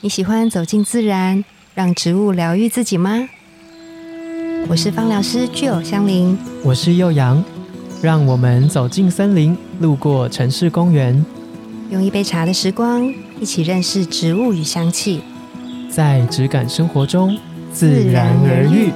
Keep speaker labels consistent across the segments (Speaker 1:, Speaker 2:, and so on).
Speaker 1: 你喜欢走进自然，让植物疗愈自己吗？我是芳疗师具有香林，
Speaker 2: 我是幼阳，让我们走进森林，路过城市公园，
Speaker 1: 用一杯茶的时光，一起认识植物与香气。
Speaker 2: 在质感生活中自然而愈。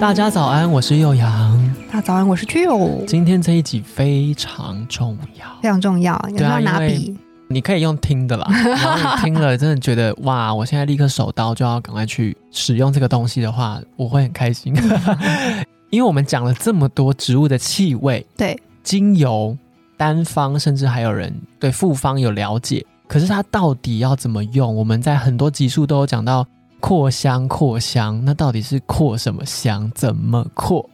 Speaker 2: 大家早安，我是幼阳。
Speaker 1: 大早安，我是具有，
Speaker 2: 今天这一集非常重要，
Speaker 1: 非常重要，你
Speaker 2: 对
Speaker 1: 要
Speaker 2: 啊
Speaker 1: 拿
Speaker 2: 因为
Speaker 1: 笔，
Speaker 2: 你可以用听的啦。然后你听了真的觉得哇，我现在立刻手刀就要赶快去使用这个东西的话，我会很开心。因为我们讲了这么多植物的气味，
Speaker 1: 对
Speaker 2: 精油单方，甚至还有人对复方有了解。可是它到底要怎么用？我们在很多集数都有讲到扩香，扩香，那到底是扩什么香？怎么 扩？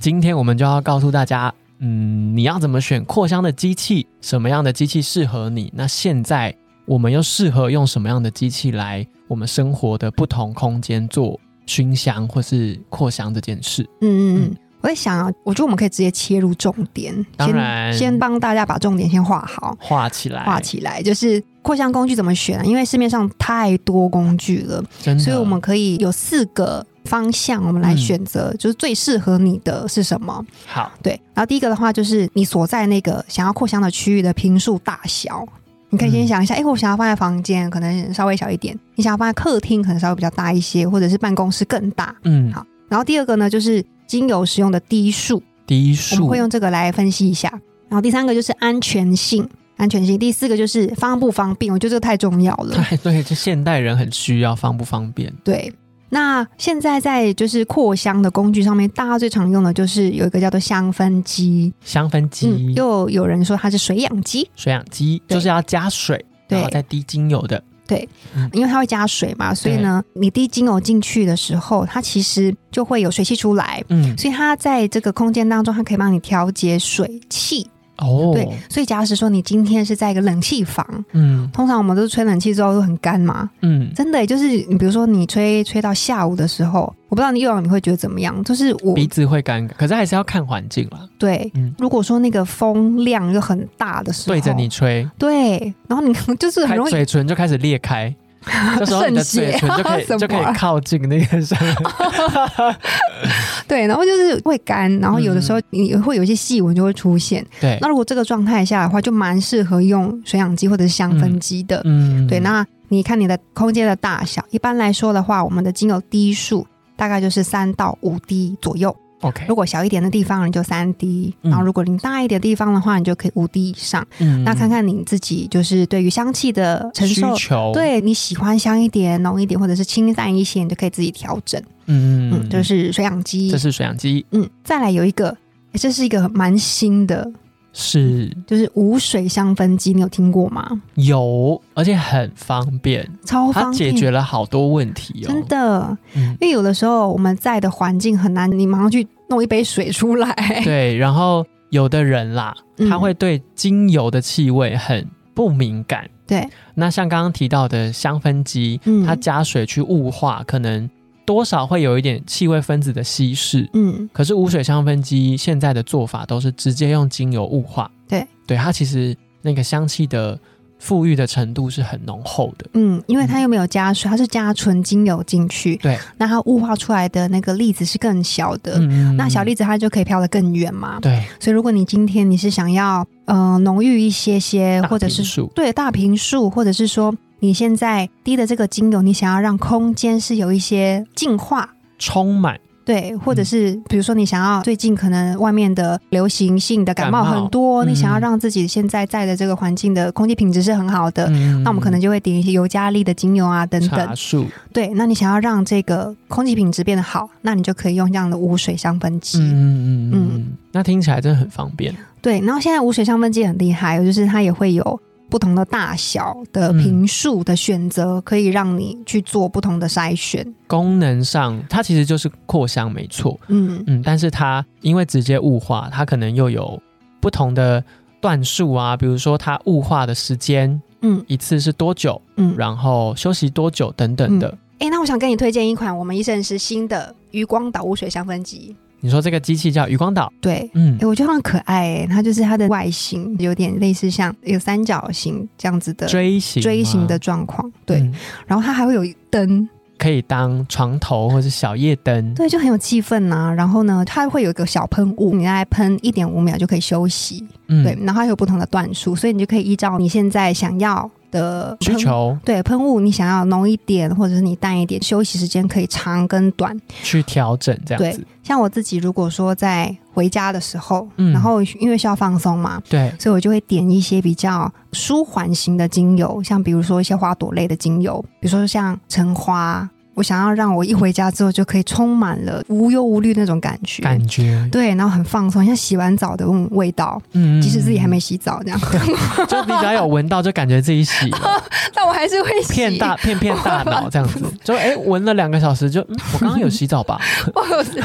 Speaker 2: 今天我们就要告诉大家，嗯，你要怎么选扩香的机器？什么样的机器适合你？那现在我们又适合用什么样的机器来我们生活的不同空间做熏香或是扩香这件事？
Speaker 1: 嗯嗯嗯
Speaker 2: 嗯。
Speaker 1: 我在想啊，我觉得我们可以直接切入重点，
Speaker 2: 当然哎
Speaker 1: 先先帮大家把重点先画好。
Speaker 2: 画起来，
Speaker 1: 画起来就是扩香工具怎么选、啊？因为市面上太多工具了，
Speaker 2: 真的，
Speaker 1: 所以我们可以有四个方向，我们来
Speaker 2: 嗯
Speaker 1: 选择，就是最适合你的是什么。
Speaker 2: 好，
Speaker 1: 对，然后第一个的话就是你所在那个想要扩香的区域的平数大小。你可以先
Speaker 2: 嗯
Speaker 1: 想一下，哎、我想要放在房间，可能稍微小一点；你想要放在客厅，可能稍微比较大一些，或者是办公室更大。
Speaker 2: 嗯，
Speaker 1: 好然后第二个呢，就是精油使用的滴数，
Speaker 2: 第一
Speaker 1: 我们
Speaker 2: 束
Speaker 1: 会用这个来分析一下。然后第三个就是安全性，安全性。第四个就是方不方便，我觉得这个太重要了。
Speaker 2: 对 对，就现代人很需要方不方便，
Speaker 1: 对，那现在在就是扩香的工具上面，大家最常用的就是有一个叫做香氛机，
Speaker 2: 香氛机、
Speaker 1: 嗯，又有人说它是水氧机，
Speaker 2: 水氧机，
Speaker 1: 对
Speaker 2: 就是要加水，
Speaker 1: 对
Speaker 2: 然后再滴精油的，
Speaker 1: 因为它会加水嘛，所以呢，你滴精油进去的时候，它其实就会有水汽出来。
Speaker 2: 嗯，
Speaker 1: 所以它在这个空间当中，它可以帮你调节水汽。
Speaker 2: 哦，
Speaker 1: 对，所以假使说你今天是在一个冷气房，
Speaker 2: 嗯
Speaker 1: 通常我们都是吹冷气之后都很干嘛，
Speaker 2: 嗯，
Speaker 1: 真的耶就是你比如说你吹吹到下午的时候，我不知道你用你会觉得怎么样，就是我
Speaker 2: 鼻子会干，可是还是要看环境啦，
Speaker 1: 对，
Speaker 2: 嗯
Speaker 1: 如果说那个风量又很大的时候，
Speaker 2: 对着你，吹，
Speaker 1: 对，然后你 就是啊很
Speaker 2: 开
Speaker 1: 容易
Speaker 2: 嘴唇就开始 裂开。这时候你的嘴唇就可以
Speaker 1: 渗血
Speaker 2: 就可
Speaker 1: 什么啊
Speaker 2: 以靠近那个上 面，
Speaker 1: 对，然后就是会干，然后有的时候你会有一些细纹就会出现。
Speaker 2: 嗯对
Speaker 1: 那，如果这个状态下的话，就蛮适合用水氧机或者是香氛机的。
Speaker 2: 嗯
Speaker 1: 对，那你看你的空间的大小，一般来说的话，我们的精油滴数大概就是三到五滴左右。
Speaker 2: OK，
Speaker 1: 如果小一点的地方，你就三滴；
Speaker 2: 嗯
Speaker 1: 然后如果你大一点的地方的话，你就可以五滴以上。
Speaker 2: 嗯
Speaker 1: 那看看你自己就是对于香气的承
Speaker 2: 需
Speaker 1: 受，
Speaker 2: 求，，
Speaker 1: 对你喜欢香一点、浓一点，或者是清淡一些，你就可以自己调整。
Speaker 2: 嗯
Speaker 1: 嗯，就是水氧机
Speaker 2: 这。是水氧机，
Speaker 1: 嗯，再来有一个，诶这是一个蛮新的，
Speaker 2: 是
Speaker 1: 就是无水香氛机，你有听过吗？
Speaker 2: 有，而且很方便，
Speaker 1: 超
Speaker 2: 它
Speaker 1: 哦方
Speaker 2: 解
Speaker 1: 便，
Speaker 2: 决了好多问题哦，
Speaker 1: 真的。
Speaker 2: 嗯，
Speaker 1: 因为有的时候我们在的环境很难，你马上去弄一杯水出来，
Speaker 2: 对。然后有的人啦，
Speaker 1: 哎 嗯
Speaker 2: 他会对精油的气味很不敏感。
Speaker 1: 对，
Speaker 2: 那像刚刚提到的香氛机，
Speaker 1: 嗯
Speaker 2: 它加水去雾化，可能多少会有一点气味分子的稀释。
Speaker 1: 嗯，
Speaker 2: 可是无水香氛机现在的做法都是直接用精油雾化，
Speaker 1: 对，
Speaker 2: 对，它其实那个香气的馥郁的程度是很浓厚的。
Speaker 1: 嗯，因为它又没有加水，它是加纯精油进去，
Speaker 2: 对，
Speaker 1: 那它雾化出来的那个粒子是更小的，
Speaker 2: 嗯
Speaker 1: 呃那小粒子它就可以飘得更远嘛。
Speaker 2: 对，
Speaker 1: 所以如果你今天你是想要呃浓郁一些些，
Speaker 2: 大
Speaker 1: 或者
Speaker 2: 瓶
Speaker 1: 是
Speaker 2: 数
Speaker 1: 对大瓶数，或者是说你现在滴的这个精油，你想要让空间是有一些净化。
Speaker 2: 充满
Speaker 1: 对，或者
Speaker 2: 嗯
Speaker 1: 是比如说你想要最近可能外面的流行性的感
Speaker 2: 感
Speaker 1: 冒
Speaker 2: 冒
Speaker 1: 很多，你想要
Speaker 2: 嗯
Speaker 1: 让自己现在在的这个环境的空气品质是很好的，
Speaker 2: 嗯
Speaker 1: 呃那我们可能就会点一些尤加利的精油啊等等
Speaker 2: 茶。树，
Speaker 1: 对，那你想要让这个空气品质变得好，那你就可以用这样的无水香氛机。
Speaker 2: 嗯嗯嗯
Speaker 1: 嗯
Speaker 2: 嗯，那听起来真的很方便。
Speaker 1: 对，然后现在无水香氛机很厉害，哦就是它也会有不同的大小的
Speaker 2: 嗯
Speaker 1: 瓶数的选择，可以让你去做不同的筛选。
Speaker 2: 功能上，它其实就是扩香，没错。
Speaker 1: 嗯，
Speaker 2: 嗯，但是它因为直接雾化，它可能又有不同的段数啊，比如说它雾化的时间，
Speaker 1: 嗯
Speaker 2: 一次是多久，
Speaker 1: 嗯。
Speaker 2: 然后休息多久等等的。
Speaker 1: 哎、那我想跟你推荐一款我们医生是新的余光岛无水香氛机。
Speaker 2: 你说这个机器叫余光岛，
Speaker 1: 对，
Speaker 2: 嗯
Speaker 1: 哎、，我觉得它很可爱、欸，它就是它的外形有点类似像一个三角形这样子的
Speaker 2: 锥形
Speaker 1: 锥形
Speaker 2: 吗
Speaker 1: 的状况，对。
Speaker 2: 嗯
Speaker 1: 然后它还会有灯，
Speaker 2: 可以当床头或是小夜灯，
Speaker 1: 对，就很有气氛呐、然后呢，它会有一个小喷雾，你来喷一点五秒就可以休息，
Speaker 2: 嗯
Speaker 1: 对。然后它有不同的段数，所以你就可以依照你现在想要的
Speaker 2: 需
Speaker 1: 喷
Speaker 2: 求
Speaker 1: 对喷雾，你想要浓一点，或者是你淡一点，休息时间可以长跟短。
Speaker 2: 去调整这样
Speaker 1: 对
Speaker 2: 子，
Speaker 1: 像我自己，如果说在回家的时候，
Speaker 2: 嗯
Speaker 1: 然后因为需要放松嘛，
Speaker 2: 对，
Speaker 1: 所以我就会点一些比较舒缓型的精油，像比如说一些花朵类的精油，比如说像橙花。我想要让我一回家之后就可以充满了无忧无虑那种感觉，
Speaker 2: 感觉，
Speaker 1: 对，然后很放松，像洗完澡的那种味道，
Speaker 2: 嗯，
Speaker 1: 即使自己还没
Speaker 2: 嗯，
Speaker 1: 洗澡这样，
Speaker 2: 嗯就你只要有闻到，就感觉自己洗 了
Speaker 1: 但我还是会洗。
Speaker 2: 骗大骗骗大脑这样子，就哎闻了两个小时，就嗯我刚刚有洗澡吧，
Speaker 1: 我 是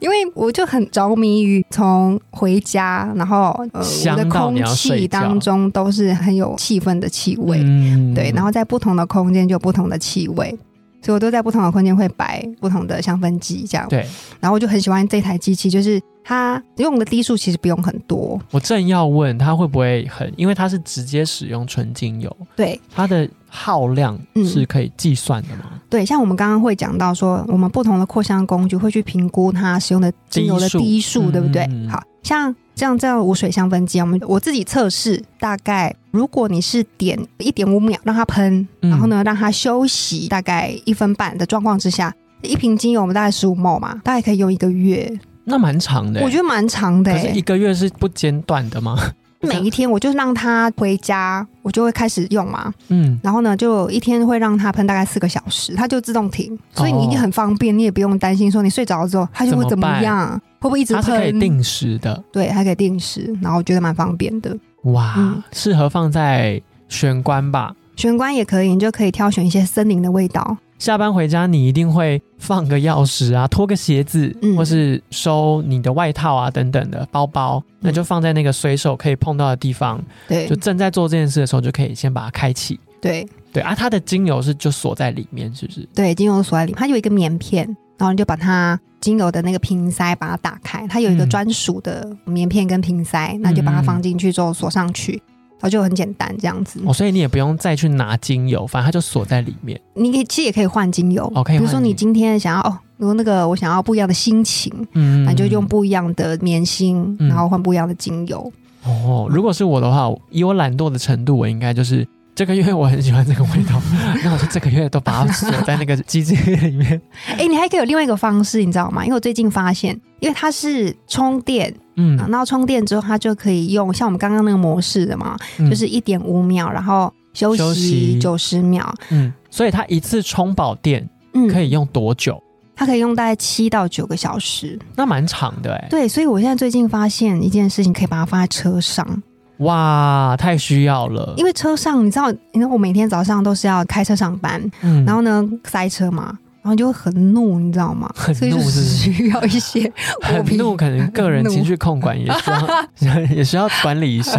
Speaker 1: 因为我就很着迷于从回家，然后呃，我的
Speaker 2: 香到
Speaker 1: 空
Speaker 2: 你要睡
Speaker 1: 气
Speaker 2: 觉
Speaker 1: 当中都是很有气氛的气味，
Speaker 2: 嗯
Speaker 1: 对，然后在不同的空间就有不同的气味。所以我都在不同的空间会摆不同的香氛机，这样。
Speaker 2: 对
Speaker 1: 然后我就很喜欢这台机器，就是它用的滴数其实不用很多，
Speaker 2: 我正要问它会不会很，因为它是直接使用纯精油，
Speaker 1: 对
Speaker 2: 它的耗量
Speaker 1: 嗯
Speaker 2: 是可以计算的吗？
Speaker 1: 对。像我们刚刚会讲到说，我们不同的扩香工具会去评估它使用的精油的
Speaker 2: 滴数
Speaker 1: 滴数，对不对？
Speaker 2: 嗯
Speaker 1: 好像这样这样无水香氛机，我们我自己测试，大概如果你是点一点五秒让它喷，
Speaker 2: 嗯
Speaker 1: 然后呢让它休息大概一分半的状况之下，一瓶精油我们大概十五 ml 嘛，大概可以用一个月，
Speaker 2: 那蛮长的欸，
Speaker 1: 我觉得蛮长的、
Speaker 2: 可是一
Speaker 1: 欸。
Speaker 2: 个月是不间 断的吗？
Speaker 1: 每一天我就让它回家，我就会开始用嘛，
Speaker 2: 嗯，
Speaker 1: 然后呢就一天会让它喷大概四个小时，它就自动停，所以你已经
Speaker 2: 哦
Speaker 1: 很方便，你也不用担心说你睡着了之后它就会
Speaker 2: 怎
Speaker 1: 怎
Speaker 2: 么办
Speaker 1: 么样，会不会一直
Speaker 2: 它是可以
Speaker 1: 喷？
Speaker 2: 定时的，
Speaker 1: 对，还可以定时，然后我觉得蛮方便的。
Speaker 2: 哇，
Speaker 1: 嗯
Speaker 2: 适合放在玄关吧。
Speaker 1: 玄关也可以，你就可以挑选一些森林的味道。
Speaker 2: 下班回家，你一定会放个钥匙啊，脱个鞋子，
Speaker 1: 嗯
Speaker 2: 或是收你的外套啊等等的包包，那就放在那个随手可以碰到的地方。
Speaker 1: 嗯对
Speaker 2: 就正在做这件事的时候，就可以先把它开启。
Speaker 1: 对
Speaker 2: 对啊，它的精油是就锁在里面，是不是？
Speaker 1: 对，精油锁在里面，它有一个棉片，然后你就把它精油的那个瓶塞把它打开，它有一个
Speaker 2: 嗯
Speaker 1: 专属的棉片跟瓶塞，那你就把它放进去之后锁上去，然后就很简单这样子。
Speaker 2: 哦，所以你也不用再去拿精油，反正它就锁在里面。
Speaker 1: 你可以其实也可以换精油，
Speaker 2: 哦可以换
Speaker 1: 比如说
Speaker 2: 精
Speaker 1: 你
Speaker 2: 油
Speaker 1: 今天想要哦，如果那个我想要不一样的心情。
Speaker 2: 嗯，
Speaker 1: 那你就用不一样的棉芯，
Speaker 2: 嗯
Speaker 1: 然后换不一样的精油。
Speaker 2: 哦，如果是我的话，以我懒惰的程度，我应该就是这个月我很喜欢这个味 道，那我就这个月都把它锁在那个机器里面。
Speaker 1: 哎、你还可以有另外一个方式，你知道吗？因为我最近发现，因为它是充电，啊
Speaker 2: 嗯，
Speaker 1: 然后充电之后，它就可以用像我们刚刚那个模式的嘛，
Speaker 2: 嗯
Speaker 1: 就是一点五秒，然后休
Speaker 2: 休
Speaker 1: 息
Speaker 2: 息
Speaker 1: 九十秒，
Speaker 2: 嗯，所以它一次充饱电
Speaker 1: 嗯，
Speaker 2: 可以，用多久？
Speaker 1: 它可以用大概七到九个小时。
Speaker 2: 那蛮长的哎、
Speaker 1: 对，所以我现在最近发现一件事情，可以把它放在车上，
Speaker 2: 哇，太需要了。
Speaker 1: 因为车上你知道，你知道我每天早上都是要开车上班，
Speaker 2: 嗯
Speaker 1: 然后呢塞车嘛。然后你就会很怒，你知道吗？
Speaker 2: 很
Speaker 1: 所以就
Speaker 2: 怒是不是
Speaker 1: 需要一 些我
Speaker 2: 很
Speaker 1: 比
Speaker 2: 怒，可能个人
Speaker 1: 怒
Speaker 2: 情绪控 管也需要，也需要管理一下。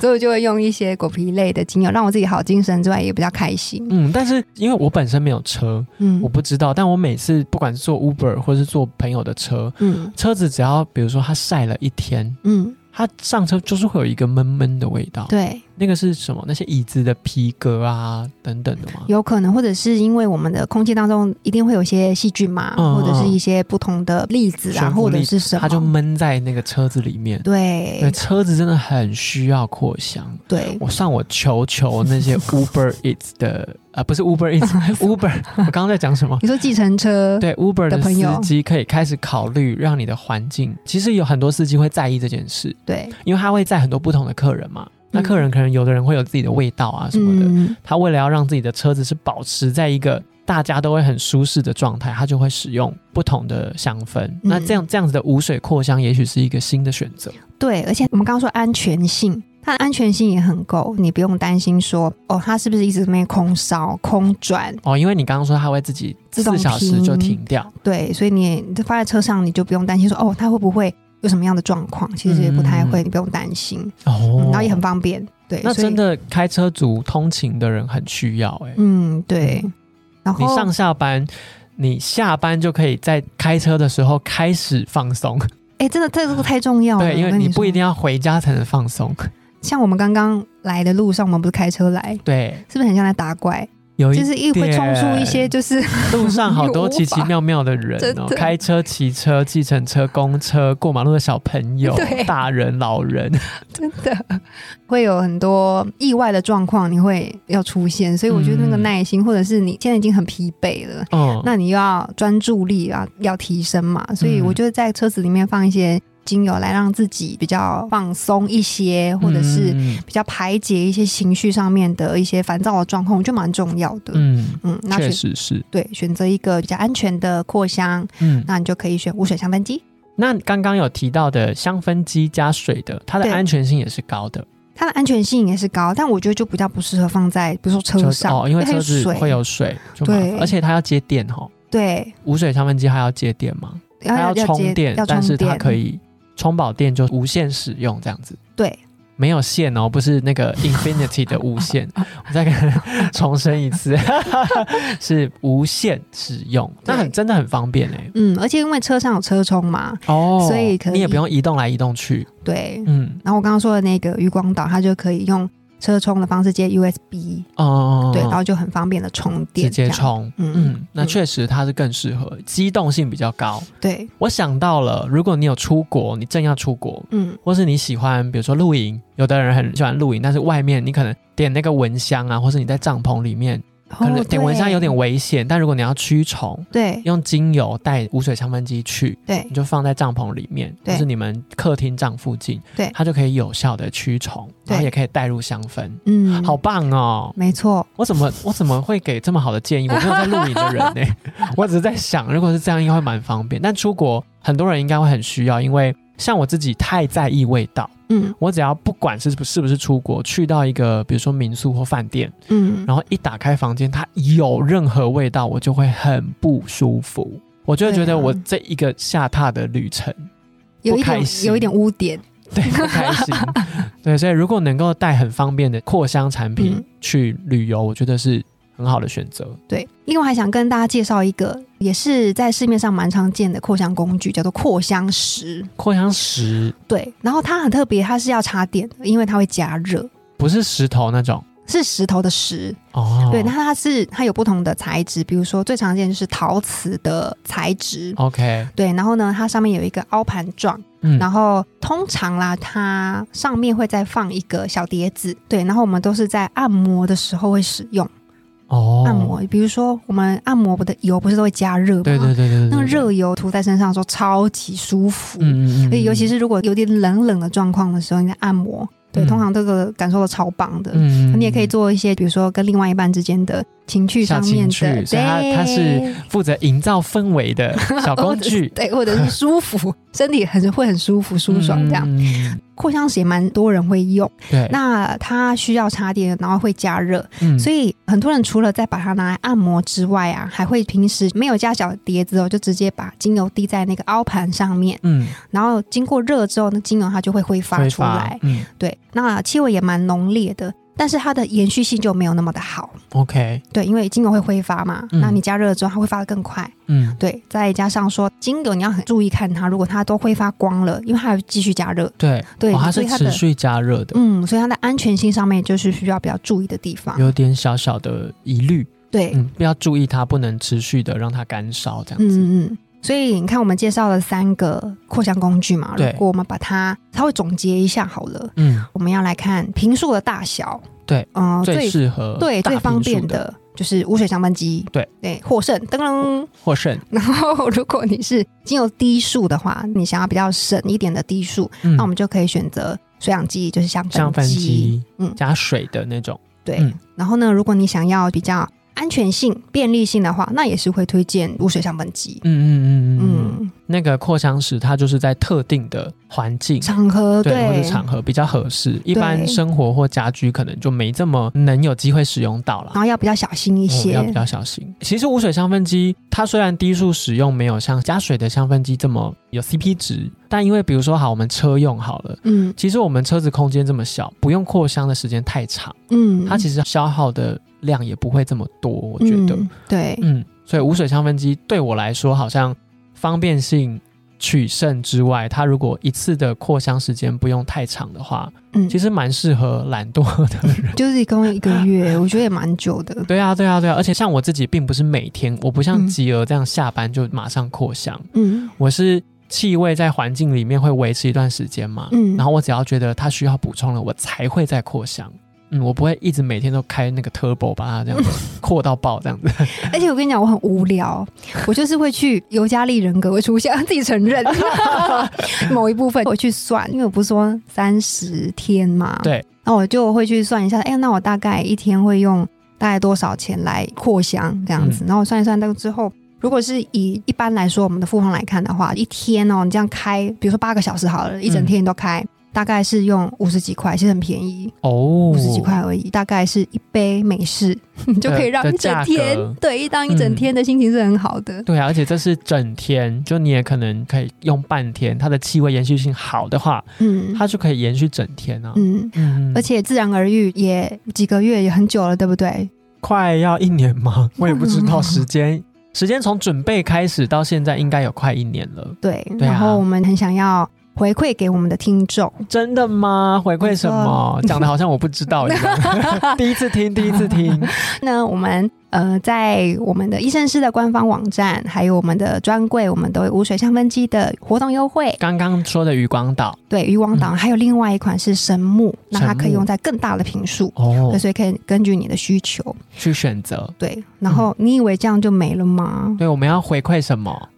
Speaker 1: 所以我就会用一些果皮类的精油，让我自己好精神之外，也比较开心。
Speaker 2: 嗯，但是因为我本身没有车，
Speaker 1: 嗯
Speaker 2: 我不知道。但我每次不管是坐 Uber 或是坐朋友的车，
Speaker 1: 嗯
Speaker 2: 车子只要比如说它晒了一天，
Speaker 1: 嗯，
Speaker 2: 它上车就是会有一个闷闷的味道。，
Speaker 1: 对，
Speaker 2: 那个是什么？那些椅子的皮革啊等等的吗？
Speaker 1: 有可能，或者是因为我们的空气当中一定会有一些细菌嘛，
Speaker 2: 嗯
Speaker 1: 或者是一些不同的粒子啊，
Speaker 2: 悬浮
Speaker 1: 或
Speaker 2: 粒
Speaker 1: 者是什么，
Speaker 2: 它就闷在那个车子里面。对，
Speaker 1: 对
Speaker 2: 车子真的很需要扩香。
Speaker 1: 对
Speaker 2: 我上我求求那 些 Uber Eats 的，呃，不是 Uber Eats，Uber，我刚刚在讲 什么？
Speaker 1: 你说计程车，
Speaker 2: 对 Uber
Speaker 1: 的
Speaker 2: 的
Speaker 1: 朋友
Speaker 2: 司机可以开始考虑让你的环境，其实有很多司机会在意这件事，
Speaker 1: 对，
Speaker 2: 因为他会载很多不同的客人嘛。那
Speaker 1: 嗯
Speaker 2: 客人可能有的人会有自己的味道啊什么的，
Speaker 1: 嗯，
Speaker 2: 他为了要让自己的车子是保持在一个大家都会很舒适的状态，他就会使用不同的香氛。那这样这样子的无水扩香，也许是一个新的选择。
Speaker 1: 对，而且我们刚刚说安全性。它的安全性也很够，你不用担心说哦，它是不是一直没空烧、空转？
Speaker 2: 哦，因为你刚刚说它会自己
Speaker 1: 自动
Speaker 2: 四小时就停掉，
Speaker 1: 对，所以你也你放在车上，你就不用担心说哦，它会不会有什么样的状况？其实也不太会，你不用担心，
Speaker 2: 嗯哦
Speaker 1: 嗯然后也很方便。对，
Speaker 2: 那
Speaker 1: 所以
Speaker 2: 真的开车族通勤的人很需要哎、
Speaker 1: 嗯，对。然后
Speaker 2: 你上下班你下班就可以在开车的时候开始放松，
Speaker 1: 哎、真的这个太重要了。
Speaker 2: 对，因
Speaker 1: 我
Speaker 2: 为
Speaker 1: 跟
Speaker 2: 你
Speaker 1: 哦你
Speaker 2: 不
Speaker 1: 说
Speaker 2: 一定要回家才能放松。
Speaker 1: 像我们刚刚来的路上，我们不是开车来，
Speaker 2: 对，
Speaker 1: 是不是很像在打怪？
Speaker 2: 有一
Speaker 1: 就是一会冲出一些，
Speaker 2: 点
Speaker 1: 就是
Speaker 2: 路上好多奇奇妙妙的人
Speaker 1: 真
Speaker 2: 哦，
Speaker 1: 的
Speaker 2: 开车、骑车、计程车、公车、过马路的小朋友
Speaker 1: 对、
Speaker 2: 大人、老人，
Speaker 1: 真的会有很多意外的状况，你会要出现。所以我觉得那个
Speaker 2: 嗯
Speaker 1: 耐心，或者是你现在已经很疲惫了，
Speaker 2: 嗯，
Speaker 1: 那你又要专注力啊，要提升嘛。所以
Speaker 2: 嗯
Speaker 1: 我觉得在车子里面放一些精油，来让自己比较放松一些，或者是
Speaker 2: 嗯
Speaker 1: 比较排解一些情绪上面的一些烦躁的状况，我觉得蛮重要的。嗯
Speaker 2: 嗯，
Speaker 1: 那
Speaker 2: 确
Speaker 1: 选
Speaker 2: 实是，
Speaker 1: 对选择一个比较安全的扩香，
Speaker 2: 嗯。
Speaker 1: 那你就可以选无水香氛机。
Speaker 2: 那刚刚有提到的香氛机加水的，它的
Speaker 1: 对
Speaker 2: 安全性也是高的，
Speaker 1: 它的安全性也是高，但我觉得就比较不适合放在比如说车
Speaker 2: 就是
Speaker 1: 上，
Speaker 2: 哦，因为
Speaker 1: 它有
Speaker 2: 车子
Speaker 1: 水
Speaker 2: 会有水，就麻烦
Speaker 1: 对
Speaker 2: 而且它要接电哈，
Speaker 1: 对，
Speaker 2: 无水香氛机还要接电吗？
Speaker 1: 啊要
Speaker 2: 它
Speaker 1: 要
Speaker 2: 充
Speaker 1: 接
Speaker 2: 电，
Speaker 1: 要充
Speaker 2: 但是它
Speaker 1: 电
Speaker 2: 可以充饱电就无限使用这样子。
Speaker 1: 对，
Speaker 2: 没有线哦，不是那个 infinity 的无 限。我再跟重申一次， 是无限使用，那很
Speaker 1: 对
Speaker 2: 真的很方便哎。
Speaker 1: 嗯，而且因为车上有车充嘛，
Speaker 2: 哦，
Speaker 1: 所以可
Speaker 2: 你也
Speaker 1: 以
Speaker 2: 不用移动来移动去，
Speaker 1: 对。
Speaker 2: 嗯，
Speaker 1: 然后我刚刚说的那个渔光岛，它就可以用车充的方式接 USB，、
Speaker 2: 哦，
Speaker 1: 对，然后就很方便的充电，
Speaker 2: 直接
Speaker 1: 这样，
Speaker 2: 充，
Speaker 1: 嗯
Speaker 2: 嗯，那
Speaker 1: 嗯
Speaker 2: 确实它是更适合，机动性比较高。
Speaker 1: 对，
Speaker 2: 我想到了，如果你有出国，你正要出国，
Speaker 1: 嗯，
Speaker 2: 或是你喜欢，比如说露营，有的人很喜欢露营，但是外面你可能点那个蚊香啊，或是你在帐篷里面，可能
Speaker 1: 哦
Speaker 2: 点蚊香有点
Speaker 1: 对
Speaker 2: 危险，但如果你要驱虫，
Speaker 1: 对
Speaker 2: 用精油带无水香氛机去，
Speaker 1: 对
Speaker 2: 你就放在帐篷里面，或
Speaker 1: 对
Speaker 2: 是你们客厅帐附近，
Speaker 1: 对
Speaker 2: 它就可以有效的驱虫，然后
Speaker 1: 对
Speaker 2: 也可以带入香氛，
Speaker 1: 嗯，
Speaker 2: 好，棒哦！
Speaker 1: 没错，
Speaker 2: 我怎么我怎么会给这么好的建议？我没有在露营 的人呢、我只是在想，如果是这样，应该会蛮方便。但出国很多人应该会很需要，因为像我自己太在意味道。
Speaker 1: 嗯
Speaker 2: 我只要不管是不是不是出国，去到一个比如说民宿或饭店，
Speaker 1: 嗯，
Speaker 2: 然后一打开房间，它有任何味道，我就会很不舒服。我就会觉
Speaker 1: 对
Speaker 2: 得
Speaker 1: 啊
Speaker 2: 我这一个下榻的旅程，
Speaker 1: 有
Speaker 2: 不
Speaker 1: 一
Speaker 2: 开
Speaker 1: 点
Speaker 2: 心
Speaker 1: 有一点污点，
Speaker 2: 对，不开心。对，所以如果能够带很方便的扩香产品
Speaker 1: 嗯
Speaker 2: 去旅游，我觉得是很好的选择。
Speaker 1: 对。另外还想跟大家介绍一个，也是在市面上蛮常见的扩香工具，叫做扩香石。
Speaker 2: 扩香石
Speaker 1: 对，然后它很特别，它是要插电的，因为它会加热，
Speaker 2: 不是石头那种
Speaker 1: 是石头的石。
Speaker 2: 哦，
Speaker 1: 对，那它是它有不同的材质，比如说最常见就是陶瓷的材质。
Speaker 2: OK，
Speaker 1: 对，然后呢，它上面有一个凹盘状，
Speaker 2: 哦嗯，
Speaker 1: 然后通常啦，它上面会再放一个小碟子，对，然后我们都是在按摩的时候会使用
Speaker 2: 哦，
Speaker 1: 按摩，比如说我们按摩不的油不是都会加热吗？
Speaker 2: 对，对对对对对，
Speaker 1: 那个热油涂在身上的时候超级舒服，
Speaker 2: 嗯，嗯嗯嗯，
Speaker 1: 所以尤其是如果有点冷冷的状况的时候，你在按摩，对，
Speaker 2: 嗯
Speaker 1: 通常这个感受都超棒的。
Speaker 2: 嗯，嗯
Speaker 1: 你也可以
Speaker 2: 嗯
Speaker 1: 做一些，比如说跟另外一半之间的情趣
Speaker 2: 小
Speaker 1: 上面
Speaker 2: 情趣
Speaker 1: 的，
Speaker 2: 所以它它是
Speaker 1: 对，
Speaker 2: 负责营造氛围的小工具
Speaker 1: 哦对，或者是舒服， 身体很会很舒服、舒爽这样。
Speaker 2: 嗯。
Speaker 1: 扩香石也蛮多人会用，
Speaker 2: 对，
Speaker 1: 那它需要插电，然后会加热，
Speaker 2: 嗯
Speaker 1: 所以很多人除了再把它拿来按摩之外啊，还会平时没有加小碟子哦，就直接把精油滴在那个凹盘上面，
Speaker 2: 嗯，
Speaker 1: 然后经过热之后，那精油它就会挥发
Speaker 2: 挥
Speaker 1: 出来。
Speaker 2: 嗯
Speaker 1: 对，那气味也蛮浓烈的，但是它的延续性就没有那么的好。
Speaker 2: ，OK，
Speaker 1: 对，因为精油会挥发嘛，
Speaker 2: 嗯
Speaker 1: 那你加热了之后，它挥发的更快。
Speaker 2: 嗯，
Speaker 1: 对，再加上说精油你要很注意看它，如果它都挥发光了，因为它还继续加热，
Speaker 2: 对，
Speaker 1: 对
Speaker 2: 哦它
Speaker 1: 所
Speaker 2: 是
Speaker 1: 以它
Speaker 2: 持
Speaker 1: 的
Speaker 2: 续加热的，
Speaker 1: 嗯，所以它的安全性上面就是需要比较注意的地方。
Speaker 2: 有点小小的疑虑，
Speaker 1: 嗯对，嗯
Speaker 2: 嗯，不要注意它不能持续的让它干烧这样子，
Speaker 1: 嗯嗯。所以你看，我们介绍了三个扩香工具嘛，如
Speaker 2: 对
Speaker 1: 果我们把它稍微总结一下好了，
Speaker 2: 嗯，
Speaker 1: 我们要来看瓶数的大小，
Speaker 2: 对，
Speaker 1: 嗯、
Speaker 2: 最
Speaker 1: 最
Speaker 2: 适合
Speaker 1: 对
Speaker 2: 大
Speaker 1: 最方
Speaker 2: 瓶数
Speaker 1: 便的就是无水香氛机，
Speaker 2: 对
Speaker 1: 对，获胜，噔噔。
Speaker 2: 获胜，
Speaker 1: 然后如果你是精油低数的话，你想要比较省一点的低数，
Speaker 2: 嗯
Speaker 1: 那我们就可以选择水养机，就是香
Speaker 2: 香
Speaker 1: 氛
Speaker 2: 氛机
Speaker 1: 嗯
Speaker 2: 加水的那种，
Speaker 1: 对，
Speaker 2: 嗯
Speaker 1: 然后呢，如果你想要比较安全性、便利性的话，那也是会推荐无水香氛机。
Speaker 2: 嗯嗯嗯嗯嗯，
Speaker 1: 嗯，
Speaker 2: 那个扩香石它就是在特定的环境
Speaker 1: 场合对
Speaker 2: 对，或者场合比较合适。一般
Speaker 1: 对
Speaker 2: 生活或家居可能就没这么能有机会使用到啦
Speaker 1: 然。后要比较小心一
Speaker 2: 嗯
Speaker 1: 些。
Speaker 2: 要比较小心。其实无水香氛机，它虽然低速使用没有像加水的香氛机这么有 CP 值，但因为比如说好，我们车用好了，
Speaker 1: 嗯
Speaker 2: 其实我们车子空间这么小，不用扩香的时间太长，
Speaker 1: 嗯，
Speaker 2: 它其
Speaker 1: 实
Speaker 2: 实消耗的量也不会这么多。我觉得，
Speaker 1: 对，
Speaker 2: 嗯，所以无水香氛机对我来说，好像方便性取胜之外，它如果一次的扩香时间不用太长的话，
Speaker 1: 嗯，
Speaker 2: 其实蛮适合懒惰的 人。
Speaker 1: 就是一共一个 月，我觉得也蛮久的。
Speaker 2: 对啊，对啊，对啊！而且像我自己，并不是每天，我不像
Speaker 1: 嗯
Speaker 2: 吉儿这样下班就马上扩香，
Speaker 1: 嗯
Speaker 2: 我是气味在环境里面会维持一段时间嘛，
Speaker 1: 嗯
Speaker 2: 然后我只要觉得它需要补充了，我才会再扩香。嗯，我不会一直每天都开那个 turbo 把它这样子扩到爆这样子。
Speaker 1: 而且我跟你讲，我很无聊，我就是会去尤加利人格会出现， 自己承认某一部分，我去算，因为我不是说三十天嘛，
Speaker 2: 对，
Speaker 1: 那我就会去算一下，哎、那我大概一天会用大概多少钱来扩香这样子，然后我算一算那个之后。如果是以一般来说我们的复方来看的话，一天哦，你这样开，比如说八个小时好了，一整天都开，大概是用五十几块，其实很便宜。
Speaker 2: 哦， 呃
Speaker 1: 五十几块而已，大概是一杯美式， 你就可以让
Speaker 2: 的
Speaker 1: 一整
Speaker 2: 的
Speaker 1: 天
Speaker 2: 价格，
Speaker 1: 对，让一整天的心情是很好的。
Speaker 2: 对啊，而且这是整天，就你也可能可以用半天，它的气味延续性好的话，
Speaker 1: 嗯
Speaker 2: 它就可以延续整天啊。嗯
Speaker 1: 嗯，
Speaker 2: 嗯
Speaker 1: 而且自然而愈也几个月也很久了，对不对？
Speaker 2: 快要一年吗？ 我也不知 道时间，时间从准备开始到现在应该有快一年了。
Speaker 1: 对，
Speaker 2: 对啊
Speaker 1: 然后我们很想要回馈给我们的听众，
Speaker 2: 真的吗？回馈什么？讲的好像我不知哦道一 样。第一次听，第一次听。
Speaker 1: 那我们呃，在我们的医生师的官方网站，还有我们的专柜，我们都有无水香氛机的活动优惠。
Speaker 2: 刚刚说的渔光岛
Speaker 1: 对，渔光岛还有另外一款是神木，那它
Speaker 2: 嗯神木
Speaker 1: 可以用在更大的瓶数，
Speaker 2: 哦
Speaker 1: 对，，所以可以根据你的需求。
Speaker 2: 去选择。
Speaker 1: 对，然后
Speaker 2: 嗯
Speaker 1: 你以为这样就没了吗
Speaker 2: 对，我们要回馈什么？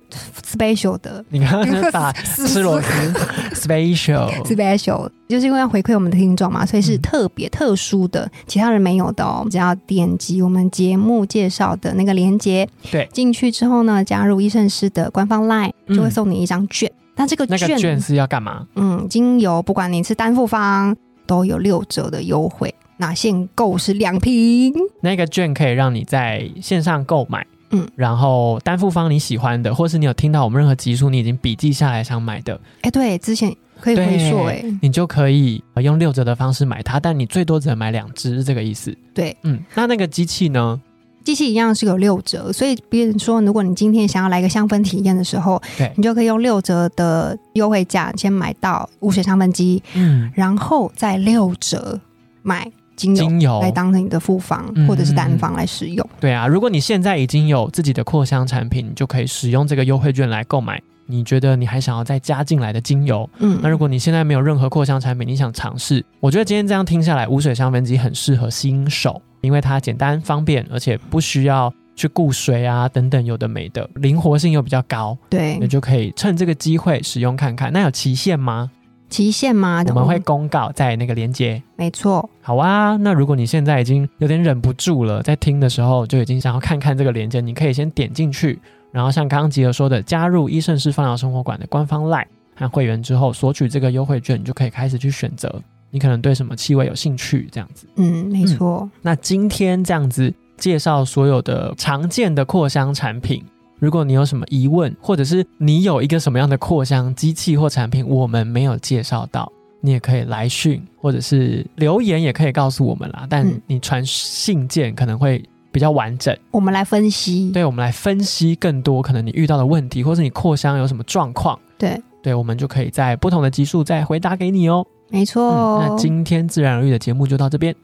Speaker 1: ？special 的
Speaker 2: 你刚刚 在 打吃螺丝 ，special。
Speaker 1: special，就是因为要回馈我们的听众嘛，所以是
Speaker 2: 嗯
Speaker 1: 特别特殊的，其他人没有的哦。只要点击我们节目介绍的那个链接，
Speaker 2: 对
Speaker 1: 进去之后呢，加入医生师的官方 LINE，
Speaker 2: 嗯
Speaker 1: 就会送你一张券。那这个
Speaker 2: 那
Speaker 1: 券，
Speaker 2: 个券是要干嘛？
Speaker 1: 嗯，精油不管你是单复方，都有六折的优惠。那限购是两瓶，
Speaker 2: 那个券可以让你在线上购买，嗯
Speaker 1: 嗯，
Speaker 2: 然后单复方你喜欢的，或是你有听到我们任何集数，你已经笔记下来想买的，
Speaker 1: 哎，对，之前可以回溯，
Speaker 2: 对
Speaker 1: 哎，
Speaker 2: 你就可以呃用六折的方式买它，但你最多只能买两只，是这个意思。
Speaker 1: 对，
Speaker 2: 嗯，那那个机器呢？
Speaker 1: 机器一样是有六折，所以别人说，如果你今天想要来个香氛体验的时候
Speaker 2: 对，
Speaker 1: 你就可以用六折的优惠价先买到无水香氛机，
Speaker 2: 嗯，
Speaker 1: 然后再六折买精油
Speaker 2: 精油
Speaker 1: 嗯来当成你的复方
Speaker 2: 嗯
Speaker 1: 或者是单方来使用。
Speaker 2: 对啊，如果你现在已经有自己的扩香产品，你就可以使用这个优惠券来购买。你觉得你还想要再加进来的精油？
Speaker 1: 嗯，
Speaker 2: 那如果你现在没有任何扩香产品，你想尝试，我觉得今天这样听下来，无水香氛机很适合新手，因为它简单方便，而且不需要去顾水啊等等有的没的，灵活性又比较高，
Speaker 1: 对
Speaker 2: 你就可以趁这个机会使用看看。那有期限吗？
Speaker 1: 期限嘛，
Speaker 2: 我们会公告在那个链接。
Speaker 1: 没错，
Speaker 2: 好啊，那如果你现在已经有点忍不住了，在听的时候就已经想要看看这个链接，你可以先点进去，然后像刚刚吉儿说的，加入医圣式放疗生活馆的官方 LINE 和会员之后，索取这个优惠券，你就可以开始去选择你可能对什么气味有兴趣这样子。
Speaker 1: 嗯，没错，
Speaker 2: 那今天这样子介绍所有的常见的扩香产品。如果你有什么疑问，或者是你有一个什么样的扩香机器或产品，我们没有介绍到，你也可以来讯或者是留言，也可以告诉我们啦。但
Speaker 1: 嗯
Speaker 2: 你传信件可能会比较完整，
Speaker 1: 我们来分析，
Speaker 2: 对我们来分析更多可能你遇到的问题，或是你扩香有什么状况，
Speaker 1: 对
Speaker 2: 对我们就可以在不同的集数再回答给你哦。
Speaker 1: 没错。
Speaker 2: 嗯，那今天自然而愈的节目就到这边，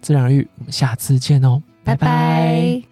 Speaker 2: 自然而愈，我们下次见哦，
Speaker 1: 拜
Speaker 2: 拜拜
Speaker 1: 拜。